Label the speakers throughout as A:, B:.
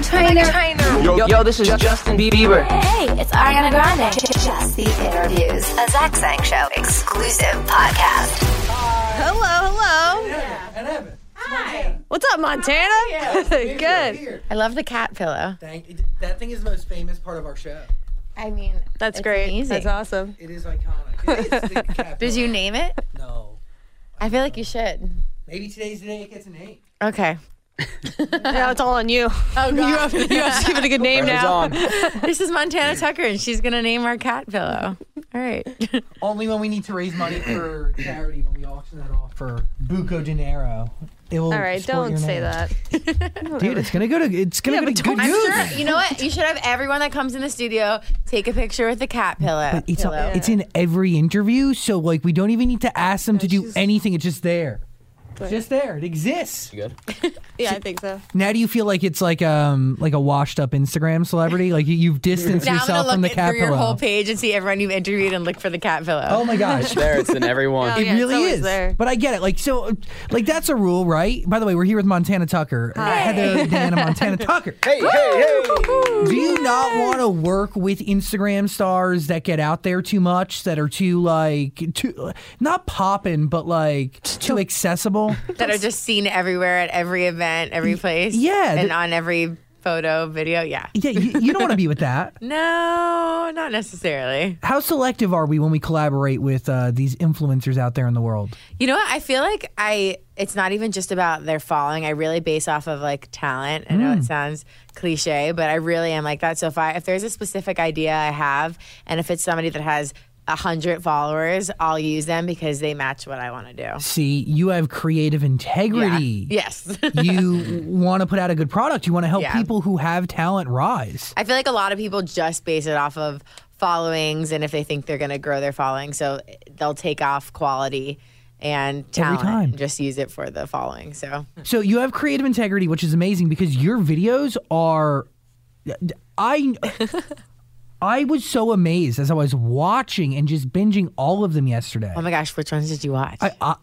A: Trainer. Trainer.
B: Yo, yo, this is Justin Bieber.
C: Hey, it's Ariana Grande. Just the interviews, a Zach Sang Show exclusive podcast.
D: Hello, hello. What's up, Montana? Good.
E: I love the cat pillow.
F: Thank, that thing is the most famous part of our show.
E: I mean,
D: That's
E: it's
D: great.
E: amazing.
D: That's awesome.
F: It is iconic. It is the capital.
E: Did you name it?
F: No.
E: I feel like you should.
F: Maybe today's the day it gets an eight.
E: Okay.
D: Now it's all on you.
E: Oh
D: You have, you have to give it a good name now.
E: this is Montana Tucker, and she's gonna name our cat pillow. All right.
F: Only when we need to raise money for charity when we auction that off for Buco Dinero. It will
D: All right,
F: sport
D: don't
F: your
D: say
F: name.
D: that.
G: Dude, it's gonna go to it's gonna go to good
E: I'm
G: news.
E: sure. You know what? You should have everyone that comes in the studio take a picture with the cat pillow.
G: But it's
E: pillow.
G: it's in every interview, so like we don't even need to ask them to do anything. It's just there. It's just there. It exists.
D: Yeah, I think so.
G: Now, do you feel like it's like um like a washed up Instagram celebrity? Like you- you've distanced
E: now I'm gonna
G: yourself
E: look
G: from the
E: it
G: cat
E: through your whole
G: pillow.
E: page and see everyone you've interviewed and look for the cat pillow.
G: Oh my gosh.
H: there. It's in everyone.
D: Yeah,
G: It
D: it's
G: really
D: always
G: is.
D: there.
G: But I get it. Like so like that's a rule, right? By the way, we're here with Montana Tucker. Heather Dan and Montana Tucker.
H: Hey, hey, hey!
G: Do you not want to work with Instagram stars that get out there too much, that are too like too not popping, but like too accessible?
E: that are just seen everywhere at every event, every place.
G: yeah,
E: And
G: the-
E: on every photo, video. Yeah.
G: Yeah, you, you don't want to be with that.
E: No, not necessarily.
G: How selective are we when we collaborate with uh, these influencers out there in the world?
E: You know what? I feel like I it's not even just about their following. I really base off of like talent. I know it sounds cliche, but I really am like that. So if I if there's a specific idea I have and if it's somebody that has a hundred followers, I'll use them because they match what I want to do.
G: See, you have creative integrity.
E: Yes.
G: you want to put out a good product. You want to help
E: Yeah.
G: people who have talent rise.
E: I feel like a lot of people just base it off of followings and if they think they're going to grow their following. So they'll take off quality and talent
G: time.
E: and just use it for the following. So
G: So you have creative integrity, which is amazing because your videos are. I. I was so amazed as I was watching and just binging all of them yesterday.
E: Oh my gosh, which ones did you watch?
G: Uh,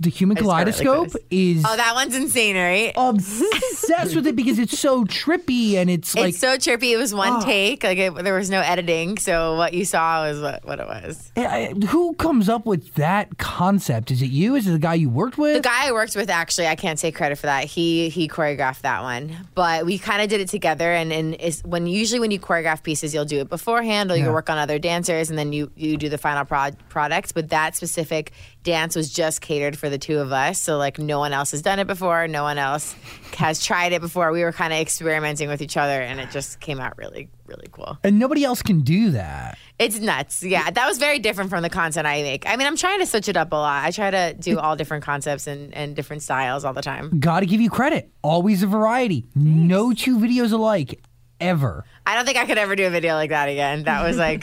G: the Human
E: just got really
G: Kaleidoscope
E: close.
G: is
E: oh, that one's insane,
G: Oh,
E: right?
G: obsessed with it because it's so trippy and it's like oh.
E: it's so chirpy. It was one take. Like it, there was no editing, so what you saw was what, what it was.
G: I- I- eh, who comes up with that concept? Is it you? Is it the guy you worked with?
E: The guy I worked with actually, I can't take credit for that. He he choreographed that one, but we kind of did it together. And and is when usually when you choreograph pieces, you'll do it beforehand, or you
G: Yeah.
E: work on other dancers, and then you you do the final prod- product. But that specific dance was just catered for the two of us, so like no one else has done it before, no one else has tried it before. We were kind of experimenting with each other, and it just came out really really cool.
G: and nobody else can do that.
E: It's nuts. Yeah, that was very different from the content I make. I mean, I'm trying to switch it up a lot. I try to do all different concepts and, and different styles all the time.
G: Got to give you credit. Always a variety. No two videos alike ever.
E: I don't think I could ever do a video like that again. That was like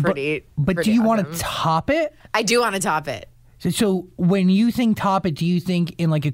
E: pretty.
G: But
E: pretty
G: do you want
E: awesome.
G: to top it?
E: I do want to top it.
G: So, so when you think top it, do you think in like a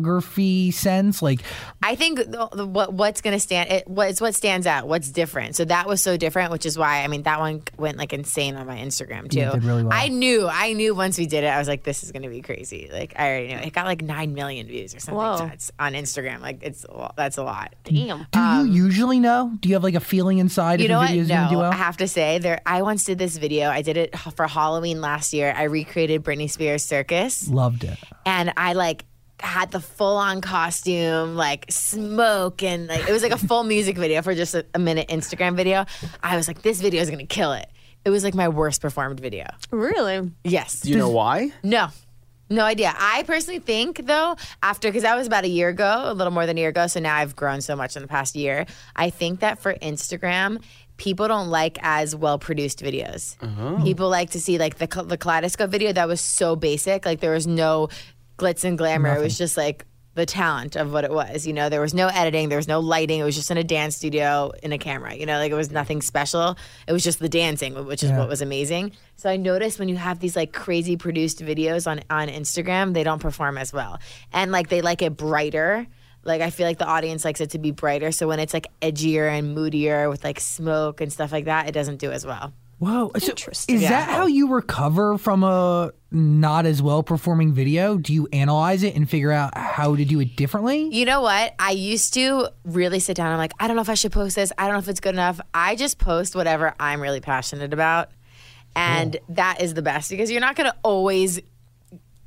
G: choreography sense? Like,
E: I think the, the, what what's going to stand it what's what stands out, what's different. So that was so different, which is why I mean that one went like insane on my Instagram too.
G: Yeah, it did really well.
E: I knew, I knew once we did it, I was like, this is going to be crazy. Like I already knew. It got like nine million views or something
D: Whoa.
E: nuts on Instagram. Like it's a lo- that's a lot.
D: Damn.
G: do you usually know? Do you have like a feeling inside
E: Um, You
G: if
E: know
G: the
E: what?
G: video is going to do
E: No,
G: well?
E: I have to say there. I once did this video. I did it h- for Halloween last year. I recreated Britney Spears circus,
G: Loved it.
E: and I like had the full on costume, like smoke, and like it was like a full music video for just a, a minute Instagram video. I was like, this video is gonna kill it. It was like my worst performed video.
D: Really?
E: Yes.
H: Do you know why?
E: No. No idea. I personally think though, after because that was about a year ago, a little more than a year ago, so now I've grown so much in the past year. I think that for Instagram, people don't like as well produced videos. People like to see like the cl- the kaleidoscope video that was so basic, like there was no glitz and glamour. It was just like the talent of what it was. You know, there was no editing, there was no lighting. It was just in a dance studio in a camera. You know, like it was nothing special. It was just the dancing, which is what was amazing. So I noticed when you have these like crazy produced videos on on Instagram, they don't perform as well. And like they like it brighter. Like I feel like the audience likes it to be brighter. So when it's like edgier and moodier with like smoke and stuff like that, it doesn't do as well.
G: Whoa. So
D: Interesting.
G: Is that how you recover from a not as well performing video? Do you analyze it and figure out how to do it differently?
H: Mm-hmm.
E: You know what? I used to really sit down. I'm like, I don't know if I should post this. I don't know if it's good enough. I just post whatever I'm really passionate about. And that is the best because you're not going to always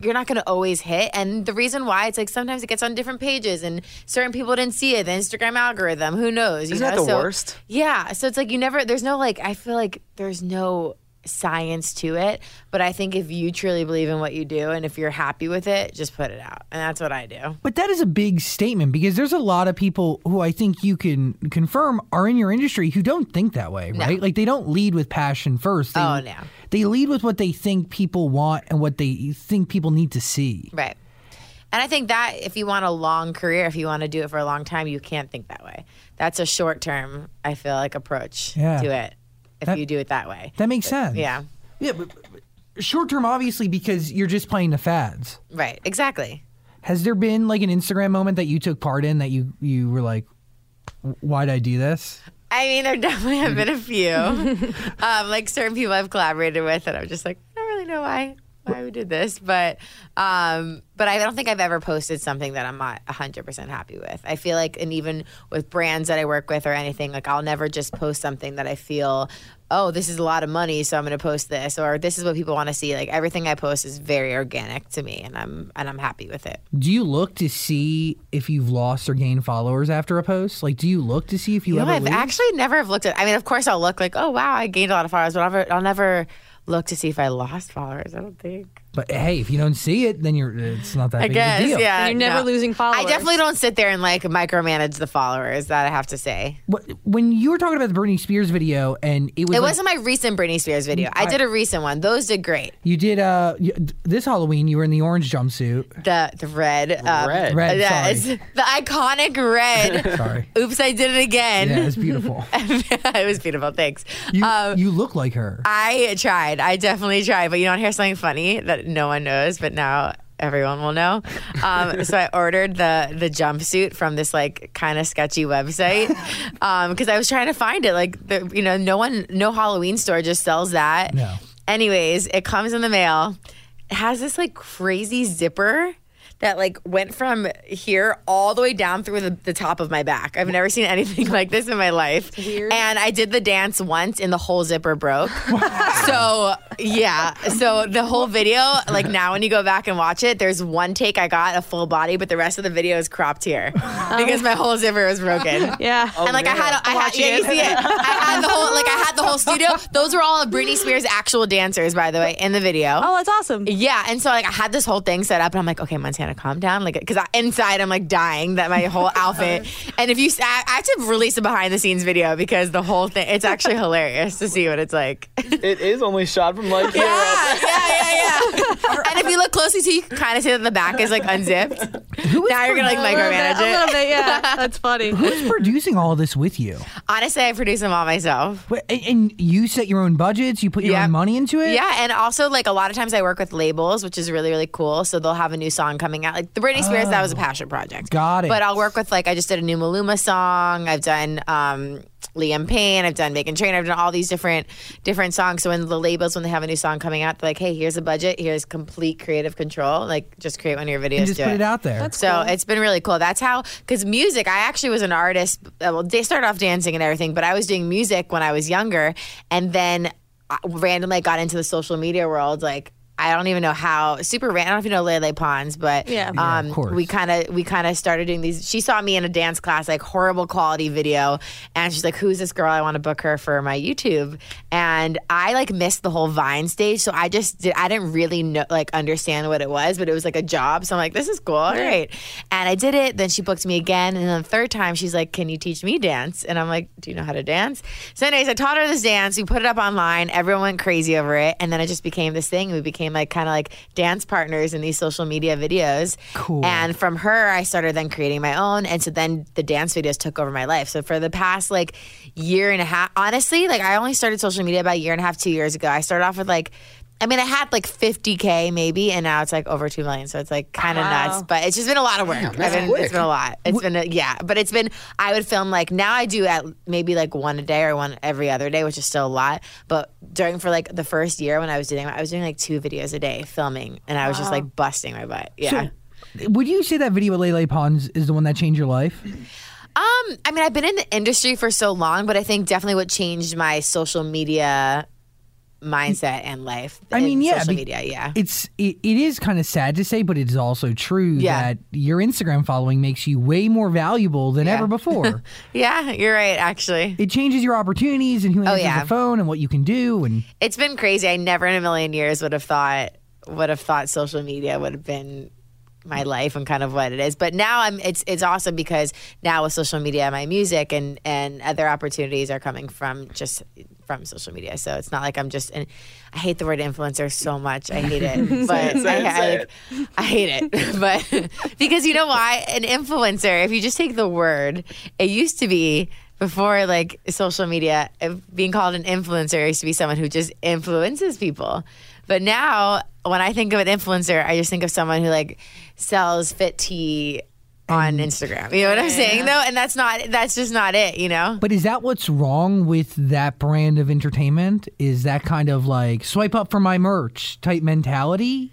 E: you're not going to always hit and the reason why it's like sometimes it gets on different pages and certain people didn't see it the instagram algorithm who knows you
H: Isn't that
E: know?
H: the
E: So-
H: worst?
E: yeah so it's like you never there's no like i feel like there's no science to it but i think if you truly believe in what you do and if you're happy with it just put it out and that's what i do
G: But that is a big statement because there's a lot of people who I think you can confirm are in your industry who don't think that way, right? Like they don't lead with passion first. They,
E: Oh, no.
G: They lead with what they think people want and what they think people need to see.
E: Right. And I think that if you want a long career, if you want to do it for a long time, you can't think that way. That's a short term, I feel like, approach
G: Yeah.
E: to it if
G: That-
E: you do it that way.
G: That makes sense.
E: yeah.
G: Yeah, but short term, obviously, because you're just playing the fads.
E: Right. Exactly.
G: Has there been like an Instagram moment that you took part in that you you were like, why'd I do this?
E: I mean, there definitely have been a few, um, like certain people I've collaborated with, and I'm just like, I don't really know why why we did this, but um, but I don't think I've ever posted something that I'm not 100 percent happy with. I feel like, and even with brands that I work with or anything, like I'll never just post something that I feel, oh, this is a lot of money, so I'm going to post this, or this is what people want to see. Like everything I post is very organic to me, and I'm and I'm happy with it.
G: Do you look to see if you've lost or gained followers after a post? Like, do you look to see if you
E: No,
G: ever
E: I've
G: lose?
E: actually never have looked at. I mean, of course, I'll look like, oh wow, I gained a lot of followers, but I'll never, I'll never look to see if I lost followers. I don't think.
G: but hey, if you don't see it, then you're it's not that
E: I
G: big
E: guess,
G: of a deal.
E: yeah.
D: And you're never losing followers.
E: I definitely don't sit there and like micromanage the followers. That I have to say,
G: What- When you were talking about the Britney Spears video, and it was
E: it
G: like-
E: wasn't my recent Britney Spears video. I, did a recent one. Those did great.
G: you did uh you- this Halloween, you were in the orange jumpsuit.
E: The the red, um,
H: Red.
G: Red,
E: yeah,
G: sorry.
E: it's the iconic red.
G: Sorry,
E: Oops, I did it again.
G: yeah, it's beautiful.
E: it was beautiful. Thanks.
G: You,
E: um,
G: you look like her.
E: I tried. I definitely tried. But you don't hear something funny that no one knows, but now everyone will know. Um, so I ordered the the jumpsuit from this like kind of sketchy website because I was trying to find it. Like the, you know, no one, no Halloween store just sells that.
G: No.
E: Anyways, it comes in the mail. It has this like crazy zipper. That like went from here all the way down through the, the top of my back. I've never seen anything like this in my life.
D: Weird.
E: And I did the dance once and the whole zipper broke. so, yeah. So, the whole video, like now when you go back and watch it, there's one take I got a full body, but the rest of the video is cropped here because my whole zipper was broken.
D: Yeah.
E: and like I had, I had, yeah, you see it. I had the whole, like I had the whole studio. Those were all of Britney Spears' actual dancers, by the way, in the video.
D: Oh, that's awesome.
E: Yeah, and so like I had this whole thing set up, and I'm like, okay, Montana, calm down, like because inside I'm like dying that my whole outfit. and if you, s- I, I have to release a behind the scenes video because the whole thing, it's actually hilarious to see what it's like. yeah,
H: It is only shot from like here up.
E: yeah, yeah, yeah. and if you look closely, too, you can kind of see that the back is like unzipped. now you're gonna like
D: A little bit, a
E: micromanage
D: little
E: it.
D: bit, yeah. That's funny.
G: Who's producing all this with you?
E: Honestly, I produce them all myself.
G: Wait, And, and you set your own budgets. You put your
E: Yeah.
G: own money into it.
E: Yeah, and also like a lot of times I work with labels, which is really really cool. So they'll have a new song coming out. Like the Britney Spears, that
G: Oh.
E: was a passion project.
G: Got it.
E: But I'll work with like I just did a new Maluma song. I've done um, Liam Payne. I've done Megan Trainor. I've done all these different different songs. So when the labels when they have a new song coming out, they're like, hey, here's a budget. Here's complete creative control. Like just create one of your videos.
G: and just
E: do
G: put it out there.
E: so it's been really cool. That's how, because music, I actually was an artist. uh, Well, they started off dancing and everything, but I was doing music when I was younger. And then I randomly I got into the social media world. Like, I don't even know how super random. I don't know if you know Lele Pons, but
D: Yeah.
E: um,
D: Yeah,
G: of course.
E: we kind of we kind of started doing these. She saw me in a dance class, like horrible quality video, and she's like, "Who's this girl? I want to book her for my YouTube." And I like missed the whole Vine stage, so I just did. I didn't really know, like understand what it was, but it was like a job. So I'm like, "This is cool, all right." And I did it. Then she booked me again, and then the third time she's like, "Can you teach me dance?" And I'm like, "Do you know how to dance?" So, anyways, I taught her this dance. We put it up online. Everyone went crazy over it, and then it just became this thing. We became like kind of like dance partners in these social media videos.
G: Cool.
E: And from her, I started then creating my own. And so then the dance videos took over my life. So for the past like year and a half, honestly, like I only started social media about a year and a half, two years ago. I started off with like, I mean, I had like 50K maybe, and now it's like over 2 million. So it's like kind of
D: Wow.
E: nuts, but it's just been a lot of work.
A: that's
E: I've been,
A: quick.
E: It's been a lot. It's been, a, yeah, but it's been, I would film like now I do at maybe like one a day or one every other day, which is still a lot. But during for like the first year when I was doing that, I was doing like two videos a day filming, and I was just like busting my butt. Yeah.
G: Would you say that video with Lele Pons is the one that changed your life?
E: Um, I mean, I've been in the industry for so long, but I think definitely what changed my social media mindset and life.
G: I mean,
E: and
G: yeah,
E: social
G: be-
E: media, yeah.
G: It's it, it is kind of sad to say, but it is also true
E: Yeah.
G: that your Instagram following makes you way more valuable than ever before.
E: Yeah, you're right. Actually,
G: it changes your opportunities and who answers
E: Oh, yeah.
G: the phone and what you can do and
E: it's been crazy. I never in a million years would have thought would have thought social media would have been my life and kind of what it is. But now I'm it's it's awesome because now with social media, my music and and other opportunities are coming from just from social media. So it's not like I'm just and I hate the word influencer so much. I hate it.
H: say
E: But
H: it,
E: I,
H: say
E: I,
H: it.
E: I hate it. But because you know why? An influencer, if you just take the word, it used to be before like social media, if being called an influencer used to be someone who just influences people. But now when I think of an influencer, I just think of someone who like sells fit tea on Instagram. You know what I'm saying though? And that's not that's just not it, you know?
G: But is that what's wrong with that brand of entertainment? Is that kind of like swipe up for my merch type mentality?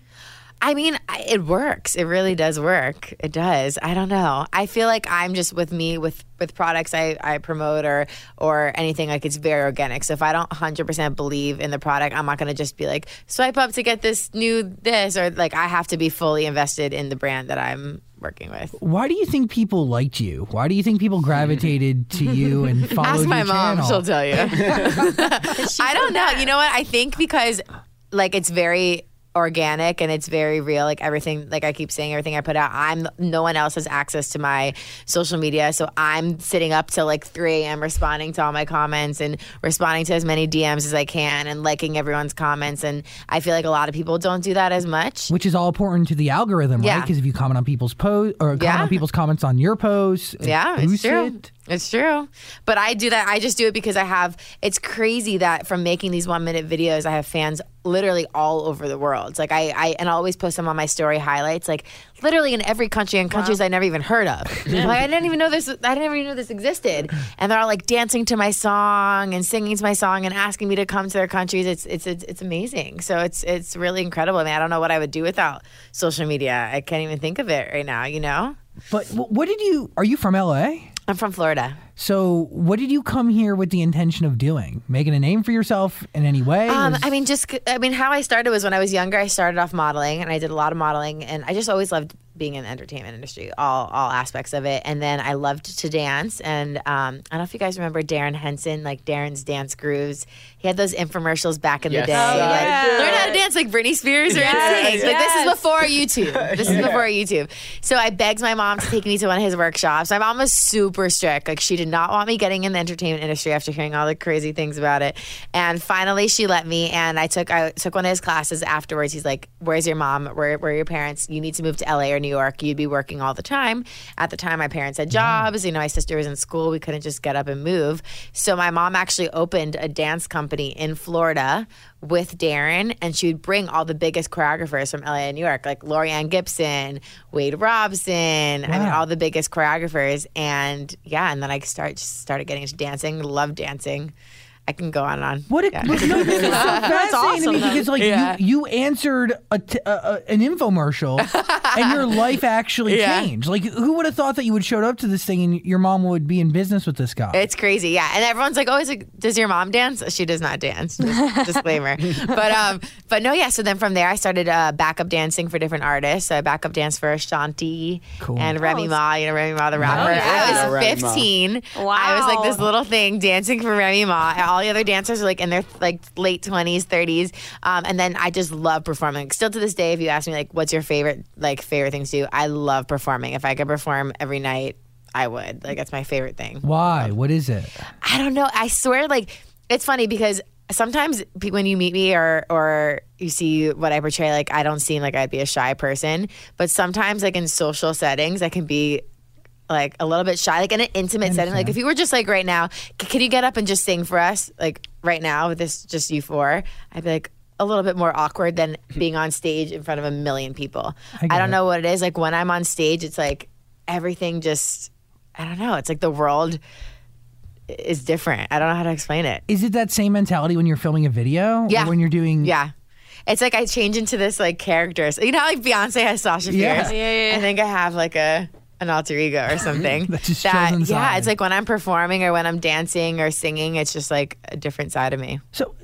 E: I mean, I- it works. It really does work. It does. I don't know. I feel like I'm just with me with with products I, I promote or or anything like it's very organic. So if I don't 100% believe in the product, I'm not going to just be like swipe up to get this new this or like I have to be fully invested in the brand that I'm working with.
G: Why do you think people liked you? Why do you think people gravitated to you and followed
E: Ask my
G: your
E: mom;
G: channel?
E: she'll tell you. I don't know. You know what? I think because like it's very organic and it's very real. Like everything, like I keep saying, everything I put out, I'm no one else has access to my social media, so I'm sitting up till like 3 a.m. responding to all my comments and responding to as many DMs as I can and liking everyone's comments. And I feel like a lot of people don't do that as much.
G: which is all important to the algorithm, right?
E: Yeah.
G: Because if you comment on people's post or comment
E: Yeah.
G: on people's comments on your posts, it
E: Yeah, it's
G: boosts
E: true.
G: it.
E: It's true. But I do that. I just do it because I have. It's crazy that from making these one minute videos, I have fans literally all over the world. Like I, I and I always post them on my story highlights. Like literally in every country and countries I never even heard of. like I didn't even know this. I didn't even know this existed. And they're all like dancing to my song and singing to my song and asking me to come to their countries. It's it's it's, it's amazing. So it's it's really incredible. I mean, I don't know what I would do without social media. I can't even think of it right now. You know,
G: But wh- what did you? Are you from LA?
E: I'm from Florida.
G: So what did you come here with the intention of doing? Making a name for yourself in any way?
E: Um,
G: Was-
E: I mean, just c- I mean, how I started was when I was younger. I started off modeling, and I did a lot of modeling, and I just always loved being in the entertainment industry, all all aspects of it. And then I loved to dance, and um, I don't know if you guys remember Darren Henson, like Darren's dance grooves. He had those infomercials back in
H: Yes,
E: the day.
H: I
E: like,
D: do.
E: Learn how to dance like Britney Spears or NSYNC. Like this is before YouTube. This is before YouTube. So I begged my mom to take me to one of his workshops. My mom was super strict. Like she did not want me getting in the entertainment industry after hearing all the crazy things about it. And finally she let me and I took I took one of his classes afterwards. He's like, Where's your mom? Where where are your parents? You need to move to LA or New York. You'd be working all the time. At the time my parents had jobs, you know, my sister was in school. We couldn't just get up and move. So my mom actually opened a dance company in Florida with Darren, and she would bring all the biggest choreographers from LA and New York, like Loriann Gibson, Wade Robson. I mean,
G: Wow.
E: all the biggest choreographers. And yeah, and then I start just started getting into dancing. Love dancing. I can go on and on.
G: What a,
E: Yeah.
G: what- no, this is so fascinating to
D: awesome,
G: me
D: though.
G: because like
E: Yeah.
G: you, you answered a t- a- a- an infomercial and your life actually
E: Yeah.
G: changed. Like who would have thought that you would showed up to this thing and your mom would be in business with this guy?
E: It's crazy, yeah. And everyone's like, "Oh, it's like, does your mom dance?" She does not dance. Just disclaimer. but um, but no, yeah. So then from there, I started uh, backup dancing for different artists. So I backup danced for Ashanti
G: Cool.
E: and Remy Ma. You know Remy Ma, the rapper.
H: yeah.
E: I
H: Yeah,
E: was
H: Remy Ma.
E: fifteen. I was like this
D: Wow.
E: little thing dancing for Remy Ma. And All the other dancers are like in their like late twenties, thirties. Um, and then I just love performing. Still to this day, if you ask me like, what's your favorite like favorite thing to do, I love performing. If I could perform every night. I would like that's my favorite thing.
G: Why? What is it?
E: I don't know. I swear, like it's funny because sometimes pe- when you meet me or or you see what I portray, like I don't seem like I'd be a shy person, but sometimes like in social settings, I can be like a little bit shy, like in an intimate setting. Like if you were just like right now, c- can you get up and just sing for us, like right now with this just you four? I'd be like. a little bit more awkward than being on stage in front of a million people. I,
G: get
E: don't
G: it.
E: know what it is. Like when I'm on stage, it's like everything just, I don't know. It's like the world is different. I don't know how to explain it.
G: Is it that same mentality when you're filming a video?
E: Yeah.
G: Or when you're doing
E: Yeah. It's like I change into this like character. So, You know how like Beyonce has Sasha Fierce?
G: Yeah.
D: Yeah, yeah, yeah.
E: I think I have like a an alter ego or something.
G: That just shows inside.
E: yeah, it's like when I'm performing or when I'm dancing or singing, it's just like a different side of me.
G: So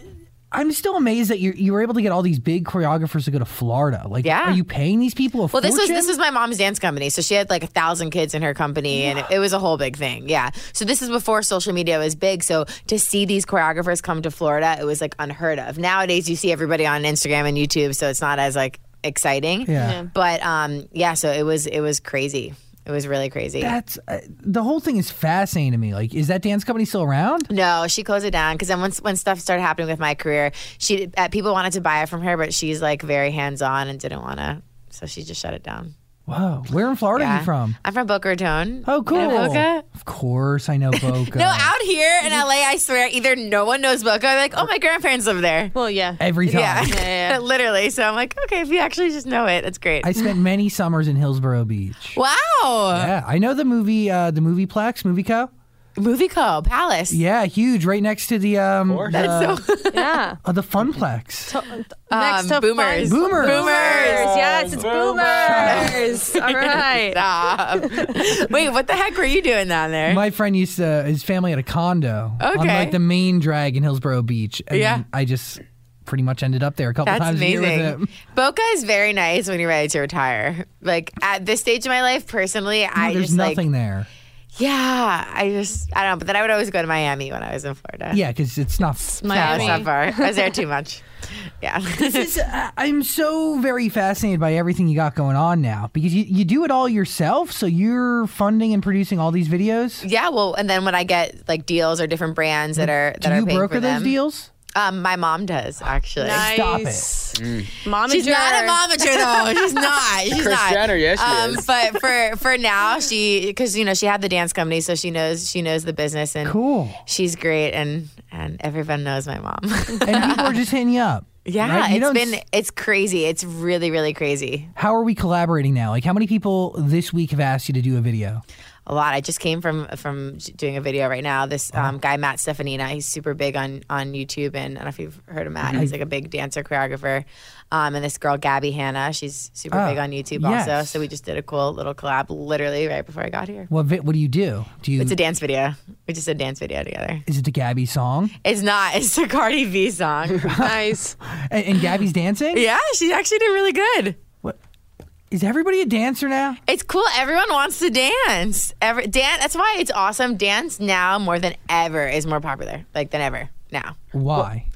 G: I'm still amazed that you you were able to get all these big choreographers to go to Florida. Like,
E: Yeah.
G: are you paying these people a
E: Well, this was
G: fortune?
E: this was my mom's dance company, so she had like a thousand kids in her company, and it, it was a whole big thing. Yeah, so this is before social media was big, so to see these choreographers come to Florida, it was like unheard of. Nowadays, you see everybody on Instagram and YouTube, so it's not as like exciting.
G: Yeah. Yeah.
E: But um, yeah, so it was it was crazy. It was really crazy.
G: That's uh, the whole thing is fascinating to me. Like, is that dance company still around?
E: No, she closed it down because then once when stuff started happening with my career, she uh, people wanted to buy it from her, but she's like very hands on and didn't want to, so she just shut it down.
G: Whoa, where in Florida are
E: Yeah.
G: you from?
E: I'm from Boca Raton.
G: Oh, cool.
E: You know Boca?
G: Of course, I know Boca.
E: No, out here
G: Mm-hmm.
E: in LA, I swear, either no one knows Boca. I'm like, oh, my grandparents live there.
D: Well, yeah.
G: every time.
E: Yeah,
D: yeah, yeah.
E: literally. So I'm like, okay, if you actually just know it, that's great.
G: I spent many summers in Hillsborough Beach.
E: wow,
G: Yeah, I know the movie, uh, the movie Plex, Movie Co.
E: movie co Palace.
G: Yeah, huge, right next to the um, the,
D: yeah.
G: uh, the Funplex.
E: Um,
D: Next to
E: boomers.
D: Fun-
G: Boomers.
D: Boomers. Yes, it's boomers. All right.
E: Stop. Um, Wait, what the heck were you doing down there?
G: My friend used to, his family had a condo on
E: Okay.
G: like the main drag in Hillsborough Beach. And
E: Yeah.
G: then I just pretty much ended up there a couple
E: That's
G: times a year with
E: amazing.
G: him.
E: Boca is very nice when you're ready to retire. Like at this stage of my life, personally, I
G: There's
E: just
G: nothing
E: like
G: there.
E: yeah, I just I don't. know. But then I would always go to Miami when I was in Florida.
G: Yeah, because it's not.
E: no, it's
D: Miami.
E: not far. I was there too much. Yeah,
G: This is- I- uh, I'm so very fascinated by everything you got going on now because you, you do it all yourself. So you're funding and producing all these videos.
E: yeah. Well, and then when I get like deals or different brands that are that
G: Do
E: are
G: you
E: paying
G: broker
E: for
G: those
E: them,
G: deals?
E: Um, my mom does actually.
G: Stop it.
D: nice. Momager.
E: Mm. She's not a momager though. She's not. She's
H: Kris
E: not.
H: Jenner, yes, she
E: um,
H: is.
E: But for for now, she because you know she had the dance company, so she knows she knows the business and
G: Cool.
E: She's great, and and everyone knows my mom.
G: And people are just hitting you up.
E: yeah,
G: right? You
E: it's
G: don't
E: been
G: s-
E: it's crazy. It's really really crazy.
G: How are we collaborating now? Like, how many people this week have asked you to do a video?
E: A lot. I just came from from doing a video right now. This
G: Uh-huh.
E: um, guy Matt Stefanina, he's super big on on YouTube, and I don't know if you've heard of
G: Mm-hmm.
E: Matt. He's like a big dancer choreographer. Um, and this girl Gabby Hanna, she's super
G: Oh,
E: big on YouTube
G: yes.
E: also. So we just did a cool little collab, literally right before I got here.
G: What vi- What do you do? Do you?
E: It's a dance video. We just did a dance video together.
G: is it the Gabby song?
E: It's not. It's a Cardi B song.
D: Nice.
G: And, and Gabby's dancing.
E: yeah, she actually did really good.
G: What? Is everybody a dancer now?
E: It's cool. Everyone wants to dance. Every dance. That's why it's awesome. Dance now more than ever is more popular, like than ever now.
G: Why?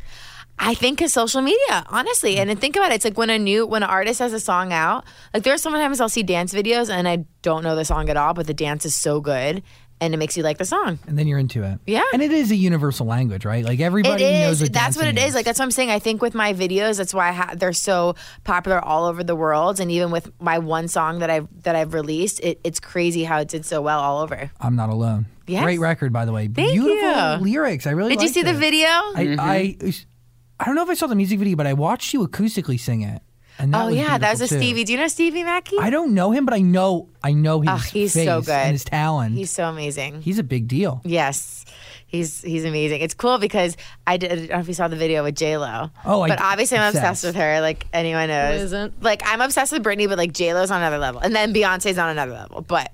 E: I think of social media, honestly. And then think about it. It's like when a new when an artist has a song out. Like there are sometimes I'll see dance videos and I don't know the song at all, but the dance is so good and it makes you like the song.
G: and then you're into it.
E: Yeah.
G: And it is a universal language, right? Like everybody
E: it
G: knows
E: is.
G: what
E: that's what it
G: dancing
E: is. Like that's what I'm saying. I think with my videos, that's why I ha- they're so popular all over the world. And even with my one song that I've that I've released, it, it's crazy how it did so well all over.
G: I'm not alone.
E: Yes.
G: Great record, by the way.
E: Thank
G: Beautiful
E: you.
G: lyrics. I really
E: Did you
G: liked
E: see the Mm-hmm.
G: it.
E: video?
G: I, I I don't know if I saw the music video, but I watched you acoustically sing it. And that
E: Oh
G: was
E: yeah, that was
G: beautiful,
E: a
G: too.
E: Stevie. Do you know Stevie Mackey?
G: I don't know him, but I know I know his
E: Ugh, he's
G: face
E: so good.
G: and his talent.
E: He's so amazing.
G: he's a big deal.
E: yes. He's he's amazing. It's cool because I, did, I don't know if you saw the video with J Lo.
G: Oh, I-
E: but obviously I'm
G: obsessed.
E: obsessed with her. Like anyone knows,
D: isn't?
E: like I'm obsessed with Britney, but like J Lo's on another level, and then Beyonce's on another level. But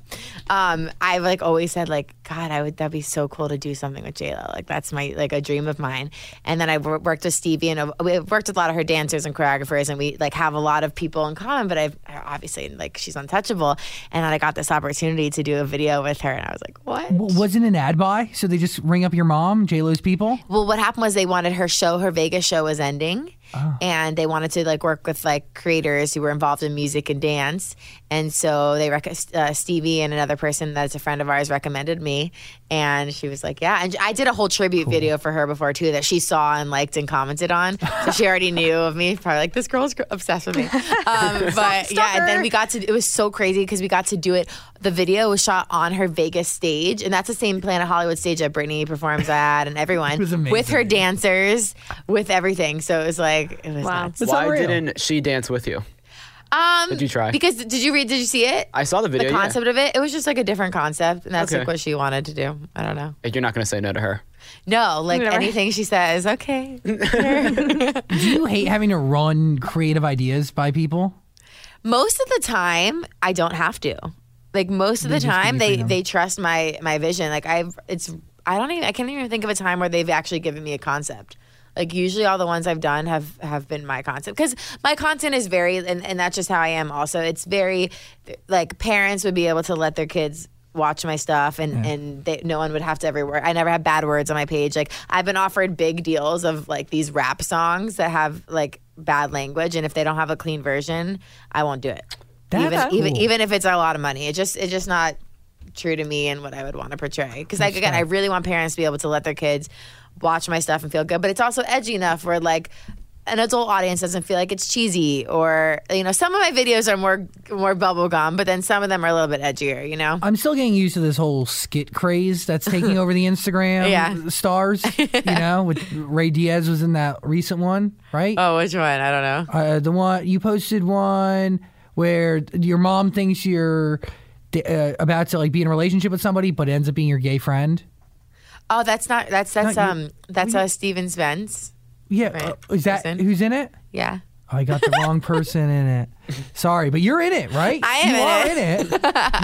E: um, I've like always said like God, I would that'd be so cool to do something with J Lo. Like that's my like a dream of mine. And then I wor- worked with Stevie, and uh, we've worked with a lot of her dancers and choreographers, and we like have a lot of people in common. But I've I obviously like she's untouchable, and then I got this opportunity to do a video with her, and I was like, what?
G: W- Wasn't an ad buy, so they just ring up your mom, J Lo's people.
E: Well, what happened was they wanted her show, her Vegas show was ending, and they wanted to like work with like creators who were involved in music and dance, and so they rec- uh, Stevie and another person that's a friend of ours recommended me, and she was like, yeah, and I did a whole tribute video for her before too that she saw and liked and commented on, so she already knew of me, probably like this girl's gr- obsessed with me, um, but yeah, and then we got to it was so crazy because we got to do it the video was shot on her Vegas stage, and that's the same Planet Hollywood stage that Britney performs at, and everyone
G: was amazing.
E: with her dancers, with everything. So it was like it was
D: Wow.
E: nuts.
G: It's
H: Why
G: unreal.
H: didn't she dance with you?
E: Um,
H: Did you try?
E: Because did you read? Did you see it?
H: I saw the video.
E: the
H: yeah.
E: concept of it. It was just like a different concept, and that's
H: Okay.
E: like what she wanted to do. I don't know.
H: You're not gonna say no to her.
E: No, like
D: Never.
E: anything she says, okay.
H: Mm.
G: Do you hate having to run creative ideas by people?
E: most of the time I don't have to. Like most of the
G: just give
E: time
G: you
E: they
G: freedom.
E: they trust my my vision. Like I have it's I don't even I can't even think of a time where they've actually given me a concept. Like usually all the ones I've done have have been my concept cuz my content is very and and that's just how I am also. It's very like parents would be able to let their kids watch my stuff and and they, no one would have to ever word I never have bad words on my page like I've been offered big deals of like these rap songs that have like bad language and if they don't have a clean version I won't do it
G: That's
E: even even
G: cool.
E: even if it's a lot of money it just it's just not true to me and what I would want to portray because like again I really want parents to be able to let their kids watch my stuff and feel good but it's also edgy enough where like an adult audience doesn't feel like it's cheesy or you know some of my videos are more more bubblegum but then some of them are a little bit edgier you know
G: I'm still getting used to this whole skit craze that's taking over the Instagram
E: Yeah.
G: stars. You know, with Ray Diaz was in that recent one, right?
E: oh which one I don't know
G: Uh, the one you posted one where your mom thinks you're uh, about to like be in a relationship with somebody, but ends up being your gay friend.
E: oh that's not that's that's
G: Not you.
E: um that's uh Steven Spence
G: Yeah,
E: Right.
G: uh, is that
E: Who's in?
G: who's in it?
E: yeah
G: I got the wrong person in it. Sorry, but you're in it, right?
E: I am
G: you
E: in
G: are in it.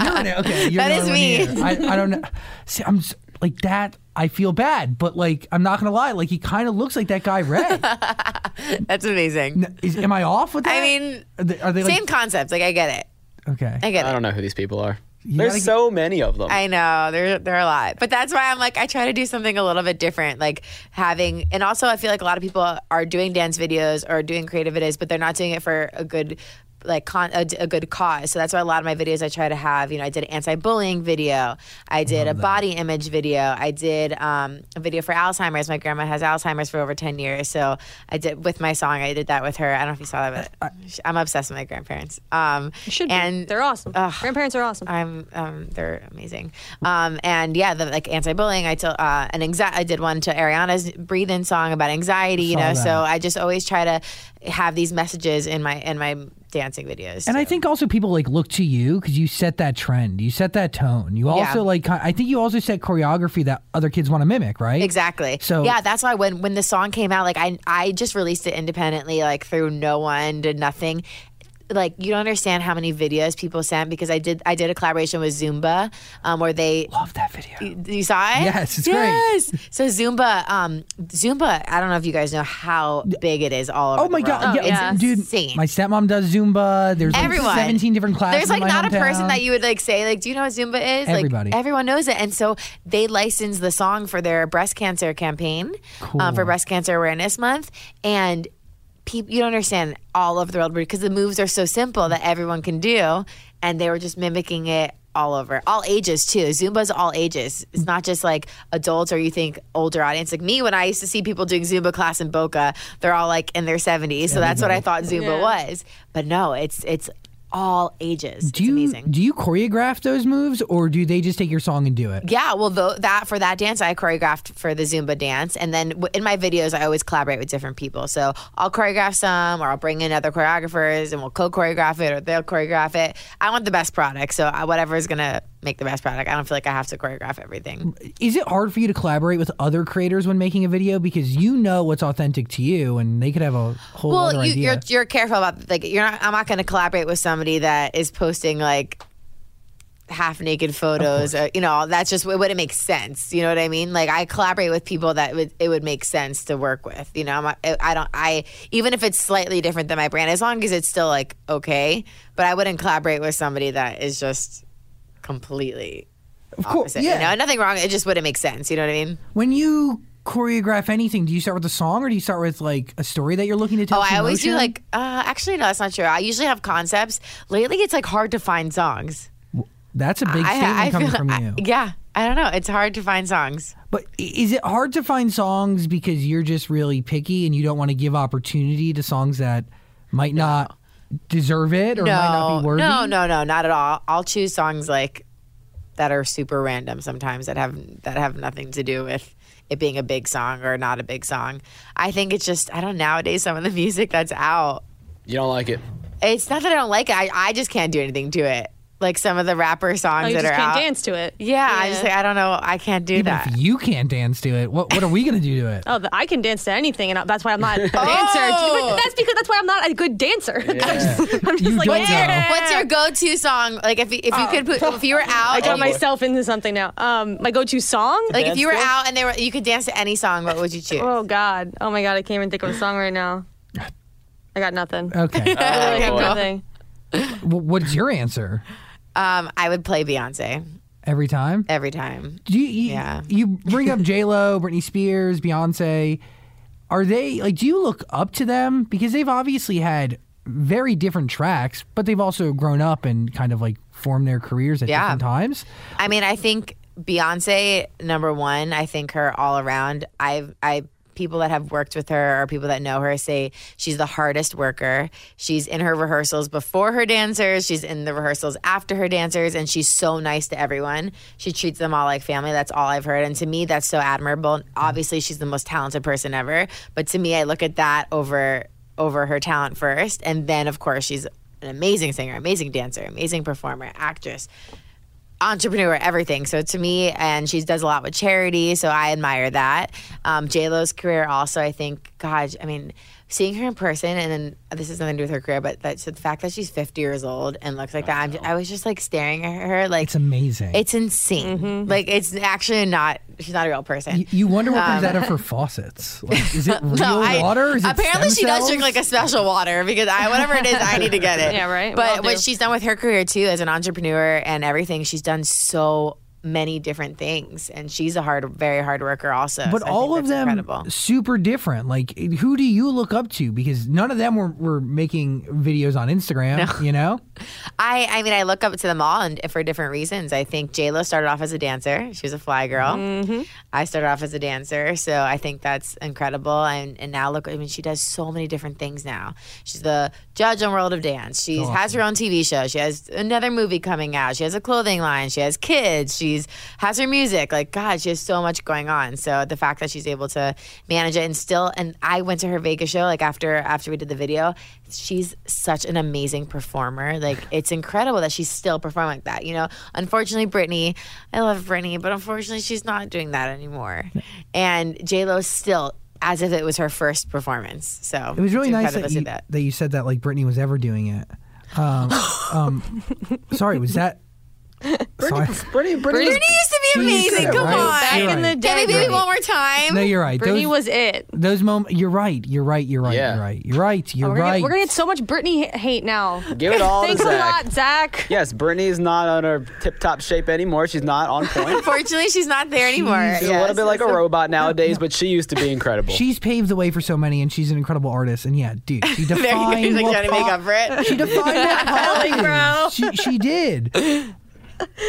G: You're in it. Okay, you're
E: That
G: the
E: is
G: only
E: me.
G: one here. I, I don't know. See, I'm s- like that. I feel bad, but like I'm not gonna lie. Like he kind of looks like that guy Ray.
E: that's amazing
G: Is, am I off with that?
E: I mean
G: are they, are they
E: same concept like I get it
G: like okay?
E: I get
H: I
E: it
H: don't know who these people are.
G: gotta
H: There's
G: get-
H: so many of them.
E: I know there there are a lot, but that's why I'm like I try to do something a little bit different, like having and also I feel like a lot of people are doing dance videos or doing creative videos, but they're not doing it for a good like con- a, a good cause. So that's why a lot of my videos I try to have. You know, I did an anti-bullying video, I did a body image video, I did um, a video for Alzheimer's. My grandma has Alzheimer's for over ten years, so I did with my song. I did that with her. I don't know if you saw that, but I'm obsessed with my grandparents. Um,
D: You should be.
E: and
D: They're awesome.
E: Ugh.
D: Grandparents are awesome.
E: I'm um, they're amazing. Um, and yeah, the like anti-bullying. I told uh, an anxiety. I did one to Ariana's breathe-in song about anxiety. You
G: Saw
E: know, so
G: that.
E: I just always try to have these messages in my in my dancing videos.
G: And I
E: too.
G: think also people like look to you because you set that trend, you set that tone. You also like, ki- I think you also set choreography that other kids want to mimic, right?
E: Exactly.
G: So-
E: yeah, that's why when when the song came out, like I I just released it independently, like through no one, did nothing. Like you don't understand how many videos people sent because I did I did a collaboration with Zumba, um, where they
G: Love that video.
E: You saw it?
G: Yes, it's
E: yes. great. So Zumba, um, Zumba. I don't know if you guys know how big it is all over.
G: Oh my
E: the
G: god,
E: world.
D: yeah.
G: yeah, dude!
E: Insane.
G: My stepmom does Zumba. There's like
E: Everyone.
G: 17 different classes.
E: There's like
G: in my
E: not a
G: hometown.
E: person that you would like say like, do you know what Zumba is?
G: Everybody.
E: Like everyone knows it, and so they licensed the song for their breast cancer campaign
G: Cool.
E: um, for Breast Cancer Awareness Month, and people you don't understand all over the world because the moves are so simple that everyone can do, and they were just mimicking it. All over, all ages too. Zumba's all ages. It's not just like adults or you think older audience. Like me, when I used to see people doing Zumba class in Boca, they're all like in their 70s. So that's what I thought Zumba was. But no, it's it's all ages.
G: Do
E: it's
G: you
E: amazing.
G: do you choreograph those moves, or do they just take your song and do it?
E: yeah, well, tho- that for that dance, I choreographed for the Zumba dance, and then w- in my videos, I always collaborate with different people. So I'll choreograph some, or I'll bring in other choreographers, and we'll co-choreograph it, or they'll choreograph it. I want the best product, so I, whatever is gonna make the best product. I don't feel like I have to choreograph everything.
G: Is it hard for you to collaborate with other creators when making a video because you know what's authentic to you, and they could have a whole other
E: Well, you,
G: idea?
E: you're you're careful about like you're not. I'm not gonna collaborate with somebody that is posting like half naked photos. Uh, you know, that's just it wouldn't make sense. You know what I mean? Like I collaborate with people that would, it would make sense to work with. You know, I'm, not- I, I don't. I even if it's slightly different than my brand, as long as it's still like okay. But I wouldn't collaborate with somebody that is just completely. Of
G: course,
E: you
G: yeah.
E: know, nothing wrong. It just wouldn't make sense. You know what I mean?
G: When you choreograph anything, do you start with a song or do you start with like a story that you're looking to tell?
E: Oh,
G: through
E: I always do
G: motion?
E: like. Uh, actually, no, that's not true. I usually have concepts. Lately, it's like hard to find songs.
G: that's a big
E: I,
G: statement
E: I
G: coming
E: feel-
G: from
E: I-
G: you.
E: yeah, I don't know. It's hard to find songs.
G: but i- is it hard to find songs because you're just really picky and you don't want to give opportunity to songs that might not deserve it or might not
E: No,
G: be worthy?
E: no, no, no, not at all. I'll choose songs like that are super random sometimes that have that have nothing to do with it being a big song or not a big song. I think it's just I don't nowadays some of the music that's out.
H: You don't like it.
E: It's not that I don't like it. I, I just can't do anything to it. Like some of the rapper songs
D: Oh, you
E: that
D: just
E: are
D: can't
E: out.
D: dance to it.
E: Yeah, I just like I don't know. I can't do
G: Even
E: that.
G: if you can't dance to it, what what are we gonna do to it?
D: Oh, but I can dance to anything, and I- that's why I'm
E: Oh!
D: not a dancer. But that's because that's why I'm not a good dancer. I'm just, I'm just
G: You
D: like,
G: don't know.
D: "Yeah."
E: What's your go-to song? Like if you- if you could put if you were out,
D: Oh. I got
E: and you-
D: myself into something now. Um, my go-to song.
E: like if you were
H: Dance to?
E: out and they were you could dance to any song, what would you choose?
D: oh God. Oh my God. I can't even think of a song right now. I got nothing.
G: Uh, Okay,
D: I literally have
H: boy.
D: nothing.
G: W- what's your answer
E: Um, I would play Beyonce
G: every time?
E: every time.
G: Do you, you,
E: Yeah.
G: you bring up J Lo, Britney Spears, Beyonce? Are they like? Do you look up to them because they've obviously had very different tracks, but they've also grown up and kind of like formed their careers at
E: Yeah.
G: different times.
E: I mean, I think Beyonce number one. I think her all around. I I people that have worked with her or people that know her say she's the hardest worker. She's in her rehearsals before her dancers. She's in the rehearsals after her dancers, and she's so nice to everyone. She treats them all like family. That's all I've heard, and to me, that's so admirable. Obviously, she's the most talented person ever, but to me, I look at that over over her talent first, and then of course she's. An amazing singer, amazing dancer, amazing performer, actress, entrepreneur, everything. So to me, and she does a lot with charity. So I admire that. Um, J Lo's career also, I think. God, I mean, seeing her in person, and then this has nothing to do with her career, but that's the fact that she's 50 years old and looks like that. I'm, I was just like staring at her, like
G: It's amazing.
E: it's insane. Like it's actually not. She's not a real person.
G: you, you wonder what comes out of her faucets. Like, is it real
E: Um, I-
G: water? Is it
E: apparently,
G: stem
E: she does drink
G: cells?
E: like a special water because I whatever it is, I need to get it.
D: Yeah, right? We all
E: But
D: do.
E: what she's done with her career too, as an entrepreneur and everything, she's done so many different things, and she's a hard, very hard worker also.
G: but
E: So I think
G: all of
E: that's
G: them
E: incredible.
G: super different. Like, who do you look up to? Because none of them were, were making videos on Instagram. You know,
E: I, I mean, I look up to them all, and for different reasons. I think J Lo started off as a dancer; she was a fly girl. I started off as a dancer, so I think that's incredible. And and now look, I mean, she does so many different things now. She's the judge on World of Dance. She has her own TV show. She has another movie coming out. She has a clothing line. She has kids. She's has her music. Like God, she has so much going on. So the fact that she's able to manage it and still, and I went to her Vegas show like after after we did the video. She's such an amazing performer. Like it's incredible that she's still performing like that. You know, unfortunately, Britney, I love Britney, but unfortunately, she's not doing that anymore. And J Lo still. As if it was her first performance, so
G: it was really
E: it's
G: nice
E: incredible
G: that
E: to see
G: you, that. you said that. Like Britney was ever doing it. Um, um, sorry, was that? Sorry.
H: Britney, Britney.
E: Britney used to be
G: She used to
E: amazing.
G: do it,
E: Come
G: right?
E: on.
G: Back
D: in the
E: Can
D: day,
E: we do it
D: Britney.
E: one more time?
G: No, you're right.
D: Britney
G: those,
D: was it.
G: those moments. You're right. You're right. You're right.
H: Yeah.
G: You're right. You're right. You're
D: We're gonna,
G: right.
D: get, we're gonna get so much Britney h- hate now.
H: Give it all to
D: Thanks a
H: Zach.
D: lot, Zach.
H: Yes, Britney's not on her tip-top shape anymore. She's not on point.
E: Unfortunately, she's not there anymore.
H: She's
E: Yes.
H: a little bit like a robot nowadays, but she used to be incredible.
G: She's paved the way for so many, and she's an incredible artist. And yeah, dude, she defined
E: There you go. Like,
G: what
E: trying to make
G: pop-
E: up for it.
G: She defined what pop is. She, she did.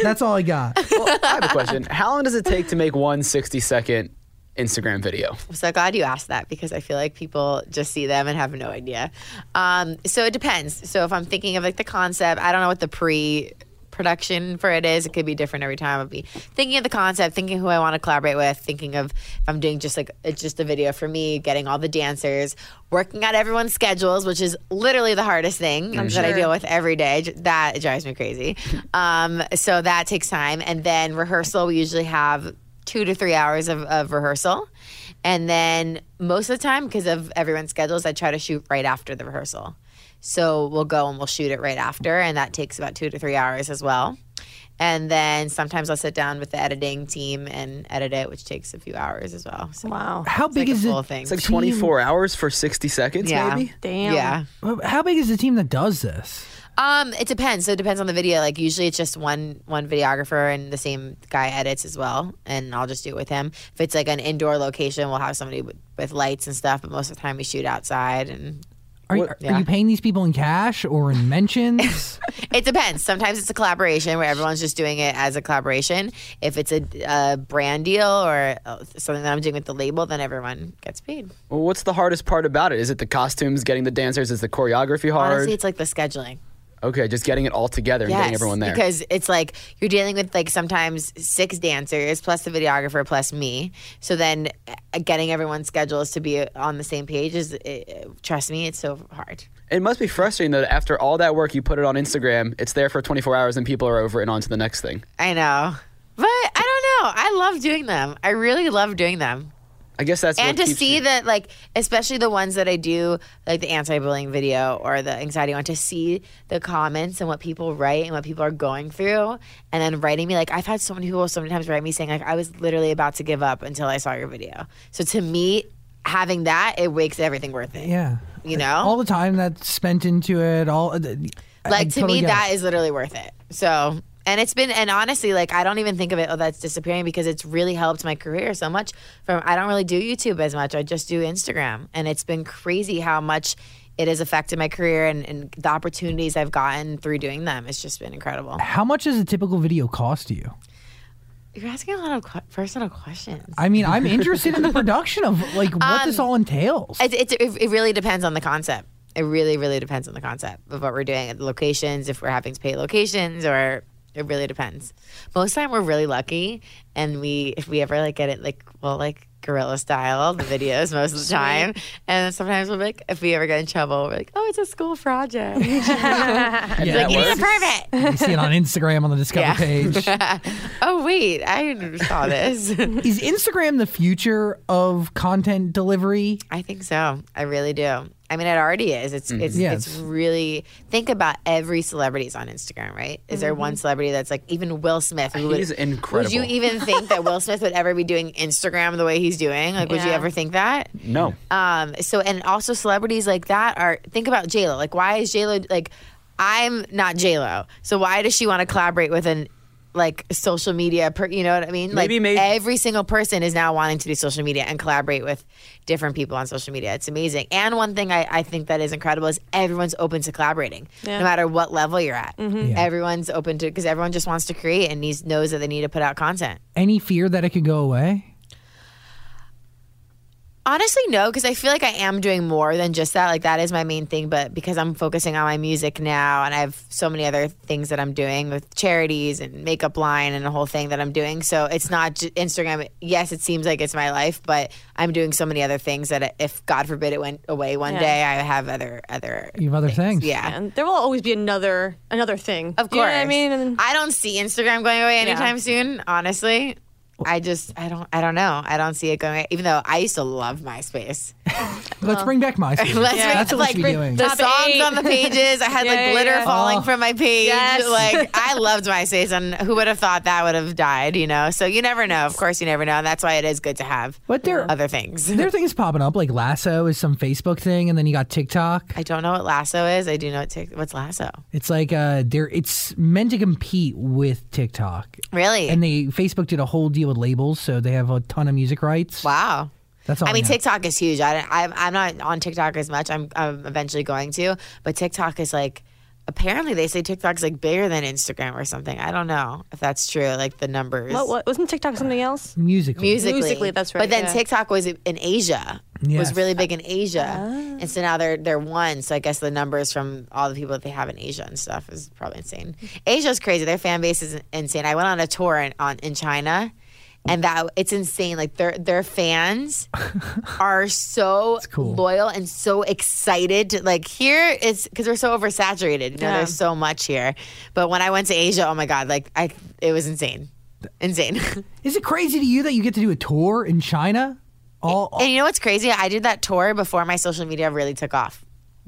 G: That's all I got.
H: Well, I have a question. How long does it take to make one 60-second Instagram video?
E: I'm so glad you asked that because I feel like people just see them and have no idea. Um, so it depends. So if I'm thinking of like the concept, I don't know what the pre production for it is. It could be different every time. I'd be thinking of the concept, thinking who I want to collaborate with, thinking of if I'm doing just like it's just a video for me, getting all the dancers, working out everyone's schedules, which is literally the hardest thing that I deal with every day. J- That drives me crazy. um, so that takes time. And then rehearsal, we usually have two to three hours of, of rehearsal. And then most of the time, because of everyone's schedules, I try to shoot right after the rehearsal. So we'll go and we'll shoot it right after, and that takes about two to three hours as well. And then sometimes I'll sit down with the editing team and edit it, which takes a few hours as well. So
D: Wow.
G: How
E: it's
G: big
E: like
G: is
E: a full
G: it?
E: Thing.
H: It's like 24 hours for 60 seconds,
E: yeah,
H: maybe?
D: Damn.
E: yeah.
G: How big is the team that does this?
E: Um, it depends. So it depends on the video. Like usually it's just one one videographer and the same guy edits as well, and I'll just do it with him. If it's like an indoor location, we'll have somebody with, with lights and stuff. But most of the time, we shoot outside, and
G: Are, you,
H: What-
G: are
E: yeah.
G: you paying these people in cash or in mentions?
E: it depends. Sometimes it's a collaboration where everyone's just doing it as a collaboration. If it's a, a brand deal or uh, something that I'm doing with the label, then everyone gets paid.
H: Well, what's the hardest part about it? Is it the costumes, getting the dancers? Is the choreography hard?
E: Honestly, it's like the scheduling.
H: Okay, just getting it all together and getting
E: Yes,
H: everyone there.
E: Because it's like you're dealing with like sometimes six dancers plus the videographer plus me. So then uh, getting everyone's schedules to be on the same page is, uh, trust me, it's so hard.
H: It must be frustrating though. That after all that work, you put it on Instagram. It's there for 24 hours, and people are over and on to the next thing.
E: I know. But I don't know. I love doing them. I really love doing them.
H: I guess that's what
E: and to
H: keeps
E: see
H: you-
E: that, like, especially the ones that I do, like the anti bullying video or the anxiety one, to see the comments and what people write and what people are going through, and then writing me, like, I've had so many people sometimes write me saying, like, I was literally about to give up until I saw your video. So to me, having that, it makes everything worth it.
G: Yeah.
E: You know?
G: All the time that's spent into it, all uh,
E: like to
G: that is.
E: me that is literally worth it so and it's been and honestly like i don't even think of it oh that's disappearing because it's really helped my career so much from i don't really do youtube as much i just do instagram and it's been crazy how much it has affected my career and, and the opportunities i've gotten through doing them it's just been incredible
G: How much does a typical video cost to you?
E: you're asking a lot of que- personal questions
G: I mean, I'm interested in the production of like what this
E: Um,
G: all entails.
E: It, it, it, it really depends on the concept. It really, really depends on the concept of what we're doing at the locations, if we're having to pay locations, or it really depends. Most time we're really lucky, and we if we ever like get it like well like guerrilla style the videos most of the time, and then sometimes we'll be like if we ever get in trouble we're like oh it's a school project,
H: And that
E: you need a
H: works.
E: permit.
G: you see it on Instagram on the Discover
E: Yeah.
G: page.
E: oh wait, I saw this.
G: Is Instagram the future of content delivery?
E: I think so. I really do. I mean, it already is. It's it's
G: Yes.
E: it's really think about every celebrity's on Instagram, right? Is there one celebrity that's like even Will Smith? who
H: He's incredible.
E: Would you even think that Will Smith would ever be doing Instagram the way he's doing? Like, would you
D: Yeah.
E: ever think that?
H: No.
E: Um, so and also celebrities like that are think about J Lo. Like, why is J Lo like? I'm not J Lo, so why does she want to collaborate with an like social media? Per, you know what I mean?
H: Maybe
E: like
H: may-
E: every single person is now wanting to do social media and collaborate with different people on social media. It's amazing. And one thing I, I think that is incredible is everyone's open to collaborating, no matter what level you're at.
H: Mm-hmm.
E: Everyone's open to because everyone just wants to create and needs, knows that they need to put out content.
G: Any fear that it could go away?
E: Honestly, no, because I feel like I am doing more than just that. Like that is my main thing, but because I'm focusing on my music now, and I have so many other things that I'm doing with charities and makeup line and the whole thing that I'm doing. So it's not j- Instagram. Yes, it seems like it's my life, but I'm doing so many other things that if God forbid it went away one
D: Yeah.
E: day, I have other other.
G: You have other things.
E: Yeah.
D: And there will always be another another thing.
E: Of
D: You know
E: course.
D: what I mean, and
E: I don't see Instagram going away anytime soon, honestly. I just I don't I don't know. I don't see it going away. Even though I used to love MySpace.
G: Let's bring back MySpace.
E: Let's make-
G: That's what
E: like,
G: we should be doing.
E: the
D: Top
E: songs
D: eight.
E: on the pages. I had
D: Yeah,
E: like
D: yeah,
E: glitter
D: yeah.
E: falling
G: Oh.
E: from my page.
D: Yes.
E: Like I loved MySpace, and who would have thought that would have died? You know. So you never know. Of course, you never know. That's why it is good to have
G: But there-
E: other things.
G: there are things popping up like Lasso is some Facebook thing, and then you got TikTok.
E: I don't know what lasso is. I do know what tic- what's lasso.
G: It's like uh, there. It's meant to compete with TikTok,
E: Really?
G: and they Facebook did a whole deal with labels, so they have a ton of music rights.
E: wow.
G: That's all.
E: I mean,
G: know.
E: TikTok is huge. I, I, I'm not on TikTok as much. I'm, I'm eventually going to, but TikTok is like, apparently they say TikTok's like bigger than Instagram or something. I don't know if that's true. Like the numbers.
D: what, what wasn't TikTok something else?
G: musically.
E: musically.
D: Musically, that's
E: But
D: right,
E: then
D: yeah.
E: TikTok was in Asia.
G: Yes.
E: Was really big in Asia,
D: Ah.
E: and so now they're they're one. So I guess the numbers from all the people that they have in Asia and stuff is probably insane. Asia's crazy. Their fan base is insane. I went on a tour in, on in China, and that it's insane. Like their their fans are so
G: cool.
E: loyal and so excited. To, like here is because we're so oversaturated. You know,
D: Yeah.
E: there's so much here. But when I went to Asia, oh my god, like I it was insane, insane.
G: Is it crazy to you that you get to do a tour in China? All, all-
E: And you know what's crazy? I did that tour before my social media really took off.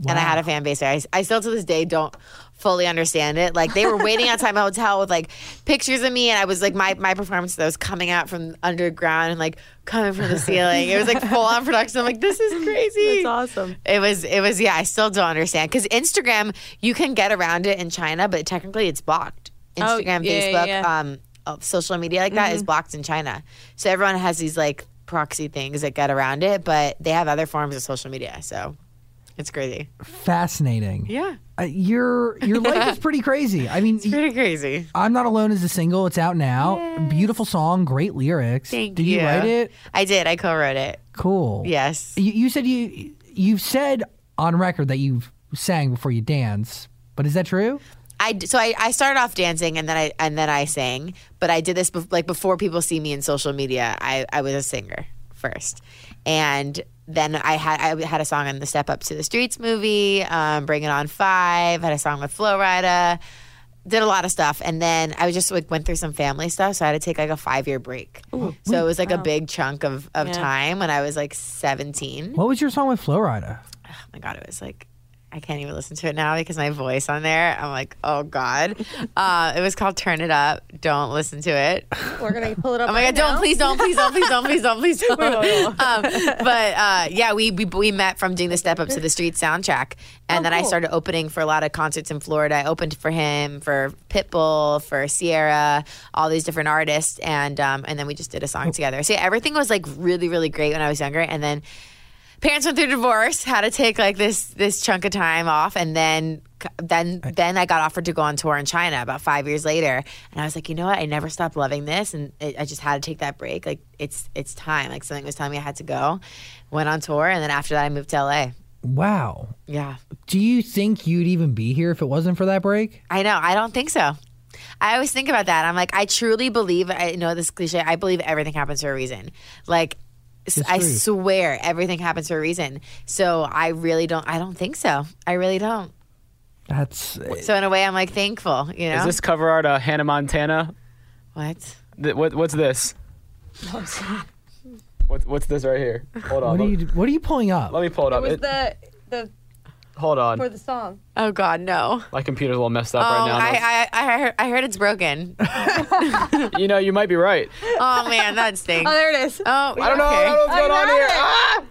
E: And I had a fan base there. I, I still to this day don't fully understand it. Like they were waiting outside my hotel with like pictures of me, and I was like my my performance that was coming out from underground and like coming from the ceiling. It was like full on production. I'm like, this is crazy.
D: That's awesome.
E: It was it was yeah. I still don't understand because Instagram you can get around it in China, but technically it's blocked.
D: Oh,
E: Instagram,
D: yeah,
E: Facebook,
D: yeah. Mm-hmm.
E: um, of social media like that is blocked in China. So everyone has these like proxy things that get around it, but they have other forms of social media. So it's crazy.
G: fascinating.
E: Yeah.
G: Uh, your your life is pretty crazy. I mean, y-
E: Pretty crazy.
G: I'm not alone is a single. It's out now. Beautiful song, great lyrics.
E: Thank
G: Did you
E: you.
G: write it?
E: I did. I co wrote it.
G: Cool.
E: Yes.
G: You, you said you you've said on record that you've sang before you dance, But is that true?
E: I d- so I, I started off dancing and then I and then I sang, but I did this bef- like before people see me in social media. I, I was a singer first, and then I had I had a song in the Step Up to the Streets movie, um, Bring It On Five. Had a song with Flo Rida, did a lot of stuff, and then I was just like went through some family stuff, so I had to take like a five year break. so it was like a big chunk of of time when I was like seventeen.
G: What was your song with Flo Rida?
E: Oh my god, it was like I can't even listen to it now because my voice on there. I'm like, oh god. Uh, it was called "Turn It Up." Don't listen to it.
D: We're gonna pull it up.
E: Oh my god! Don't please, don't please, don't please, don't please, don't please, don't. Um, but uh, yeah, we, we we met from doing the Step Up to the Street soundtrack, and then I started opening for a lot of concerts in Florida. I opened for him, for Pitbull, for Sierra, all these different artists, and um, and then we just did a song together. So yeah, everything was like really, really great when I was younger, and then parents went through divorce had to take like this this chunk of time off and then then then i got offered to go on tour in china about five years later and i was like you know what i never stopped loving this and it, i just had to take that break like it's it's time like something was telling me i had to go went on tour and then after that i moved to la
G: Wow.
E: yeah
G: Do you think you'd even be here if it wasn't for that break?
E: I know. I don't think so. I always think about that. I'm like, I truly believe. I know this cliche. I believe everything happens for a reason. Like, s- I
G: true.
E: swear everything happens for a reason. So I really don't. I don't think so. I really don't.
G: That's
E: So in a way, I'm like thankful. You know
H: Is this cover art uh, Hannah Montana?
E: what?
H: Th- what, what's this? What, what's this right here? Hold on.
G: what are
H: Let,
G: you what are you pulling up?
H: let me pull it up.
D: was
H: It-
D: the the
H: hold on.
D: for the song.
E: Oh God, no.
H: My computer's all messed up
E: Oh,
H: right now. and I-
E: I, I, I, heard, I heard it's broken.
H: you know, you might be right.
E: oh man, that stinks.
D: Oh,
E: Oh,
D: there it is.
H: I don't know. I don't know what's going on here. Ah!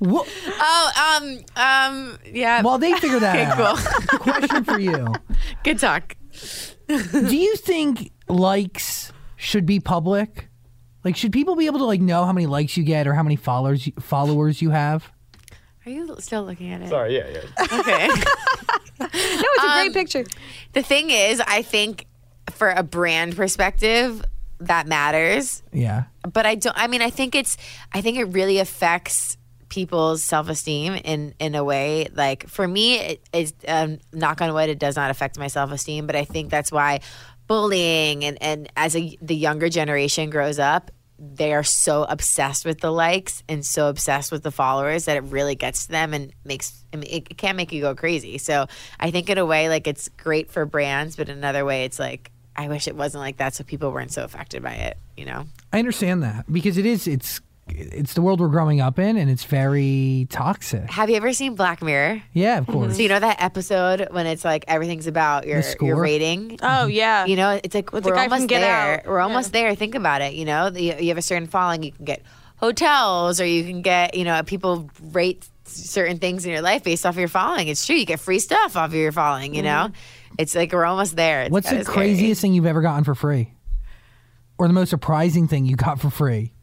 G: Wha-
E: Oh, um, um, yeah.
G: While they figure that
E: Okay,
G: out. Question for you.
E: Good talk.
G: Do you think likes should be public? Like should people be able to like know how many likes you get or how many followers you, followers you have?
E: Are you still looking at it?
H: Sorry. Yeah. Yeah.
E: Okay.
D: No, it's a great picture.
E: The thing is, I think for a brand perspective, that matters.
G: Yeah.
E: But I don't I mean, I think it's I think it really affects people's self-esteem in in a way like for me it is um, knock on wood it does not affect my self-esteem but i think that's why bullying and and as a, the younger generation grows up they are so obsessed with the likes and so obsessed with the followers that it really gets to them and makes I mean, it can make you go crazy. So I think in a way, like it's great for brands, but in another way, it's like I wish it wasn't like that, so people weren't so affected by it. You know?
G: I understand that because it is it's it's the world we're growing up in and it's very toxic.
E: Have you ever seen Black Mirror?
G: Yeah, of course.
E: Mm-hmm. So you know that episode when it's like everything's about your your
G: score?
E: rating.
D: Oh yeah.
E: You know, it's like
D: With the
E: we're
D: guy from
E: almost
D: Get
E: there.
D: Out.
E: We're almost there. Think about it. You know, The- you have a certain following. You can get hotels, or you can get you know people rate certain things in your life based off of your following. It's true. You get free stuff off of your following. You know,
D: Mm-hmm.
E: it's like we're almost there. It's
G: What's the
E: kinda scary.
G: craziest thing you've ever gotten for free? Or the most surprising thing you got for free?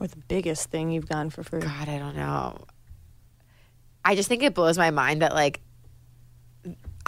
D: Or the biggest thing you've gone for free.
E: God, I don't know. I just think it blows my mind that like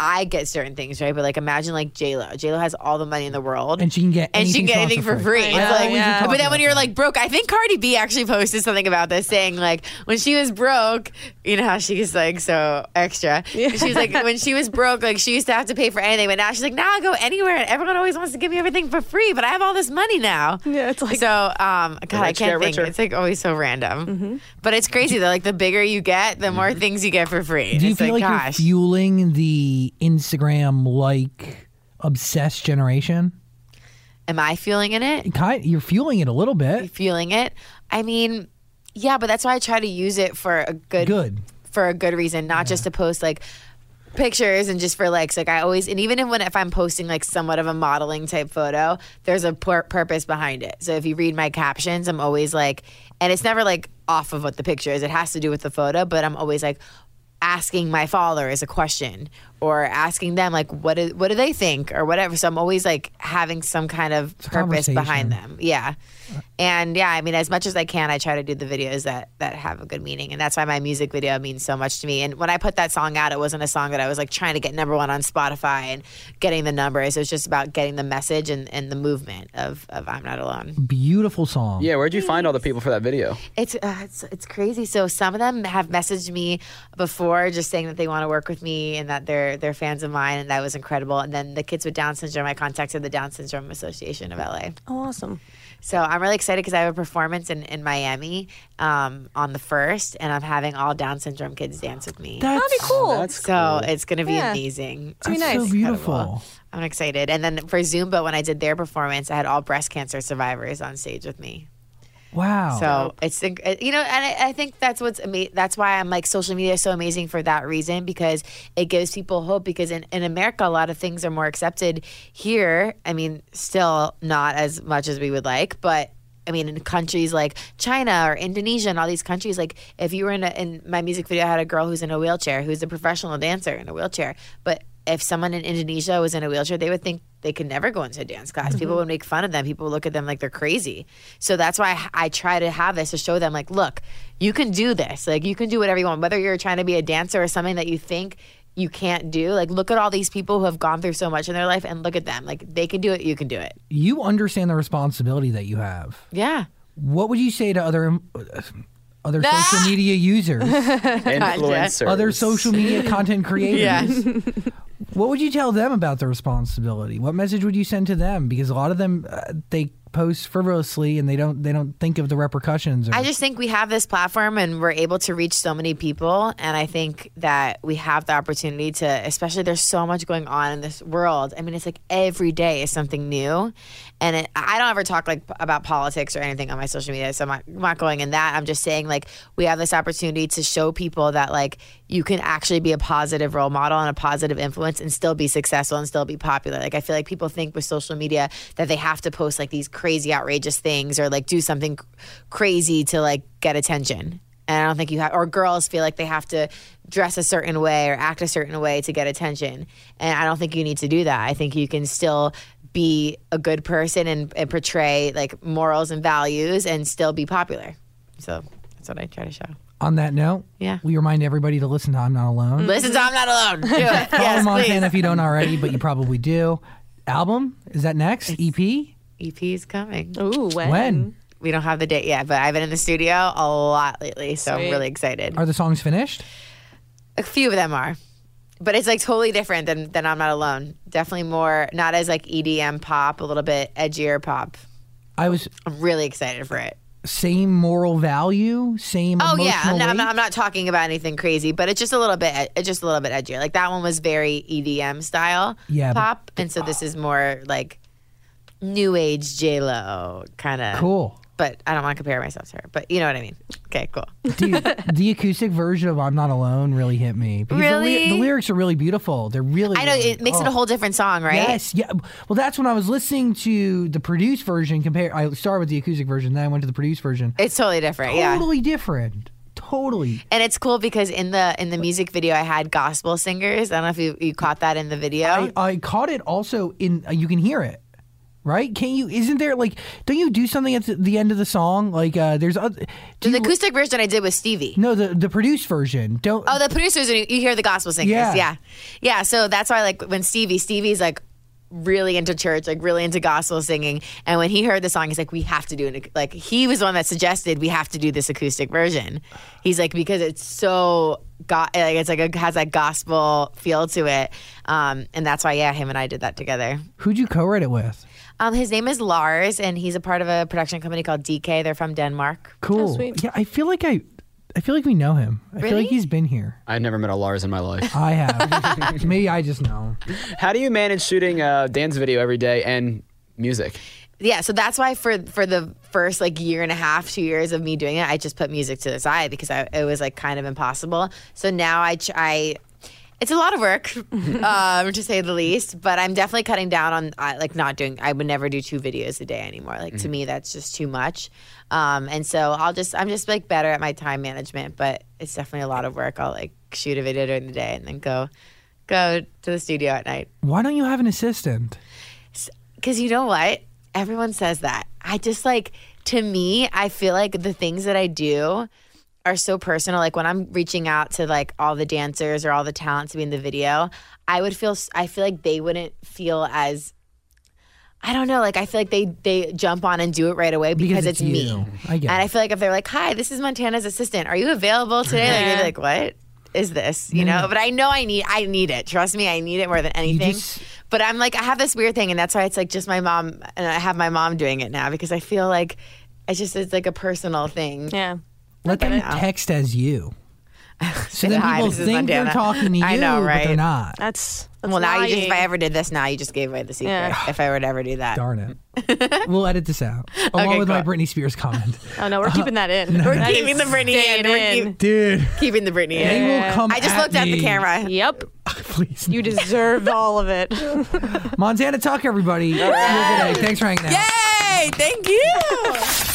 E: I get certain things right, but like imagine like J Lo. J Lo has all the money in the world,
G: And she can get
E: and she
G: anything
E: can get
G: she wants
E: anything
G: for
E: for
G: free. I
E: free. It's
G: know,
E: like-
G: we should talk
E: But then
G: about
E: when you're
G: that.
E: like broke, I think Cardi B actually posted something about this, saying like when she was broke, you know how she's like so extra. She was like when she was broke, like she used to have to pay for anything, but now she's like now I go anywhere and everyone always wants to give me everything for free, but I have all this money now.
D: Yeah, it's like-
E: so. Um, God, I
H: rich
E: can't
H: get
E: think.
H: richer.
E: It's like always so random, but it's crazy though. Like the bigger you get, the more things you get for free.
G: Mm-hmm. Do you
E: it's
G: feel like,
E: like,
G: you're
E: gosh.
G: fueling the Instagram like obsessed generation?
E: Am I feeling in it?
G: Kind, you're fueling it a little bit.
E: Feeling it? I mean, yeah, but that's why I try to use it for a good,
G: Good.
E: for a good reason, not just to post like pictures and just for likes. Like I always, and even if- when if I'm posting like somewhat of a modeling type photo, there's a pur- purpose behind it. So if you read my captions, I'm always like, and it's never like off of what the picture is. It has to do with the photo, but I'm always like asking my followers a question or asking them like what do, what do they think or whatever. So I'm always like having some kind of purpose behind them. Yeah. And yeah, I mean, as much as I can, I try to do the videos that that have a good meaning, and that's why my music video means so much to me. And when I put that song out, it wasn't a song that I was like trying to get number one on Spotify and getting the numbers. It was just about getting the message and, and the movement of of I'm not alone.
G: Beautiful song.
H: Yeah. Where'd you find all the people for that video?
E: It's, uh, it's it's crazy. So some of them have messaged me before store just saying that they want to work with me and that they're they're fans of mine and that was incredible. And then the kids with Down syndrome, I contacted the Down Syndrome Association of LA.
D: Oh, awesome.
E: So I'm really excited because I have a performance in, in Miami um, on the first, and I'm having all Down syndrome kids dance with me.
G: That's,
D: That'd be cool.
H: That's
E: so it's gonna be
D: Yeah.
E: amazing.
D: be
G: that's
D: nice.
G: so beautiful.
E: I'm excited. And then for Zumba, when I did their performance, I had all breast cancer survivors on stage with me.
G: Wow.
E: So it's inc- you know, and I, I think that's what's ama- that's why I'm like social media is so amazing for that reason because it gives people hope. Because in, in America, a lot of things are more accepted. Here, I mean, still not as much as we would like, but. I mean, in countries like China or Indonesia and all these countries, like if you were in, a, in my music video, I had a girl who's in a wheelchair, who's a professional dancer in a wheelchair. But if someone in Indonesia was in a wheelchair, they would think they could never go into a dance class. People would make fun of them. People would look at them like they're crazy. So that's why I I try to have this to show them, like, look, you can do this. Like, you can do whatever you want, whether you're trying to be a dancer or something that you think you can't do. Like, look at all these people who have gone through so much in their life and look at them. Like, they can do it. You can do it.
G: you understand the responsibility that you have.
E: Yeah.
G: What would you say to other uh, other social media users,
H: Influencers.
G: other social media content creators?
E: Yes.
G: What would you tell them about the responsibility? What message would you send to them? Because a lot of them uh, they post frivolously and they don't they don't think of the repercussions. Or,
E: I just think we have this platform and we're able to reach so many people. And I think that we have the opportunity to, especially there's so much going on in this world. I mean, it's like every day is something new. And it, I don't ever talk like p- about politics or anything on my social media. So I'm not, I'm not going in that. I'm just saying like we have this opportunity to show people that like you can actually be a positive role model and a positive influence and still be successful and still be popular. Like I feel like people think with social media that they have to post like these crazy outrageous things or like do something c- crazy to like get attention. And I don't think you have or girls feel like they have to dress a certain way or act a certain way to get attention. And I don't think you need to do that. I think you can still be a good person and, and portray like morals and values and still be popular. So that's what I try to show.
G: on that note,
E: Yeah.
G: we remind everybody to listen to "I'm Not Alone."
E: Listen, to I'm not alone. Do it.
G: Follow
E: yes,
G: Montana
E: please.
G: if you don't already, but you probably do. Album is that next EP?
E: EP is E coming.
D: Ooh, when?
G: When
E: We don't have the date yet, but I've been in the studio a lot lately, so I'm
D: Sweet.
E: really excited.
G: are the songs finished?
E: A few of them are, but it's like totally different than than I'm not alone. Definitely more, not as like EDM pop, a little bit edgier pop.
G: I was
E: I'm really excited for it.
G: same moral value, same.
E: Oh
G: emotional
E: yeah, I'm not, I'm,
G: weight?
E: not, I'm not talking about anything crazy, but it's just a little bit, it's just a little bit edgier. Like that one was very EDM style
G: Yeah, but-
E: pop, and so this is more like new age J Lo kind of
G: cool.
E: But I don't want to compare myself to her. But you know what I mean. Okay, cool.
G: Dude, the acoustic version of "I'm Not Alone" really hit me. because the ly-
E: Really?
G: the, lyrics are really beautiful. They're really. Oh,
E: I know it makes it a whole different song, right?
G: Yes, yeah. Well, that's when I was listening to the produced version. Compare. I started with the acoustic version, then I went to the produced version.
E: It's totally different. Yeah.
G: Totally different. Totally.
E: And it's cool because in the in the music video I had gospel singers. I don't know if you, you caught that in the video.
G: I, I caught it also in. Uh, you can hear it, right? Can you? Isn't there like? Don't you do something at the, the end of the song? Like, uh, there's other. Do
E: the
G: you,
E: acoustic version I did with Stevie.
G: no, the the produced version. Don't.
E: Oh, the producers and you- you hear the gospel singers.
G: Yeah.
E: Yeah. yeah. So that's why like when Stevie, Stevie's like really into church, like really into gospel singing. And when he heard the song, he's like, we have to do an ac-" like he was the one that suggested we have to do this acoustic version. He's like, because it's so got like it's like a has that gospel feel to it. Um, and that's why, yeah, him and I did that together.
G: Who'd you co-write it with?
E: Um, his name is Lars and he's a part of a production company called DK. They're from Denmark.
G: Cool.
D: sweet.
G: Yeah, I feel like I, I feel like we know him. I feel
E: Oh, Really?
G: like he's been here.
H: I've never met a Lars in my life.
G: I have. Maybe I just know.
H: How do you manage shooting a dance video every day and music?
E: yeah so that's why for for the first like year and a half two years of me doing it i just put music to the side because I, it was like kind of impossible so now i ch- i it's a lot of work um, to say the least but i'm definitely cutting down on I, like not doing i would never do two videos a day anymore like to me that's just too much um, and so i'll just i'm just like better at my time management but it's definitely a lot of work i'll like shoot a video during the day and then go go to the studio at night
G: Why don't you have an assistant?
E: because you know what? Everyone says that. I just like, to me, I feel like the things that I do are so personal. Like when I'm reaching out to like all the dancers or all the talent to be in the video, I would feel, s- I feel like they wouldn't feel as, I don't know, like I feel like they they jump on and do it right away because,
G: it's
E: it's,
G: you.
E: me.
G: I get
E: and
G: it.
E: I feel like if they're like, hi, this is Montana's assistant, are you available today? Like they'd be like, what? is this? You know, but I know I need I need it. Trust me, I need it more than anything.
G: just-
E: but I'm like I have this weird thing, and that's why it's like just my mom, and I have my mom doing it now because I feel like it's just it's like a personal thing.
D: Yeah.
G: Let them
E: now.
G: text as you. So then
E: Hi,
G: people
E: this is
G: think they're
E: Bandana.
G: talking to you,
E: I know,
G: but they're
E: right?
G: not.
D: That's, that's
E: Well, now you just
D: lying.
E: if I ever did this, now you just gave away the secret.
D: Yeah.
E: If I were to ever do that,
G: Darn it. we'll edit this out along
E: Okay,
G: with my
E: cool.
G: Britney Spears comment.
D: Oh no, we're keeping that in.
E: we're
D: That
E: keeping
D: is
E: the Britney in.
D: staying
E: We're keep-
G: Dude,
E: keeping the Britney
G: they
E: in.
G: will come.
E: I just looked at the
G: me.
E: camera.
D: Yep.
G: Please,
D: You deserve all of it.
G: Montana Tuck, everybody. Have a good day. Thanks for hanging out.
E: Yay! Thank you.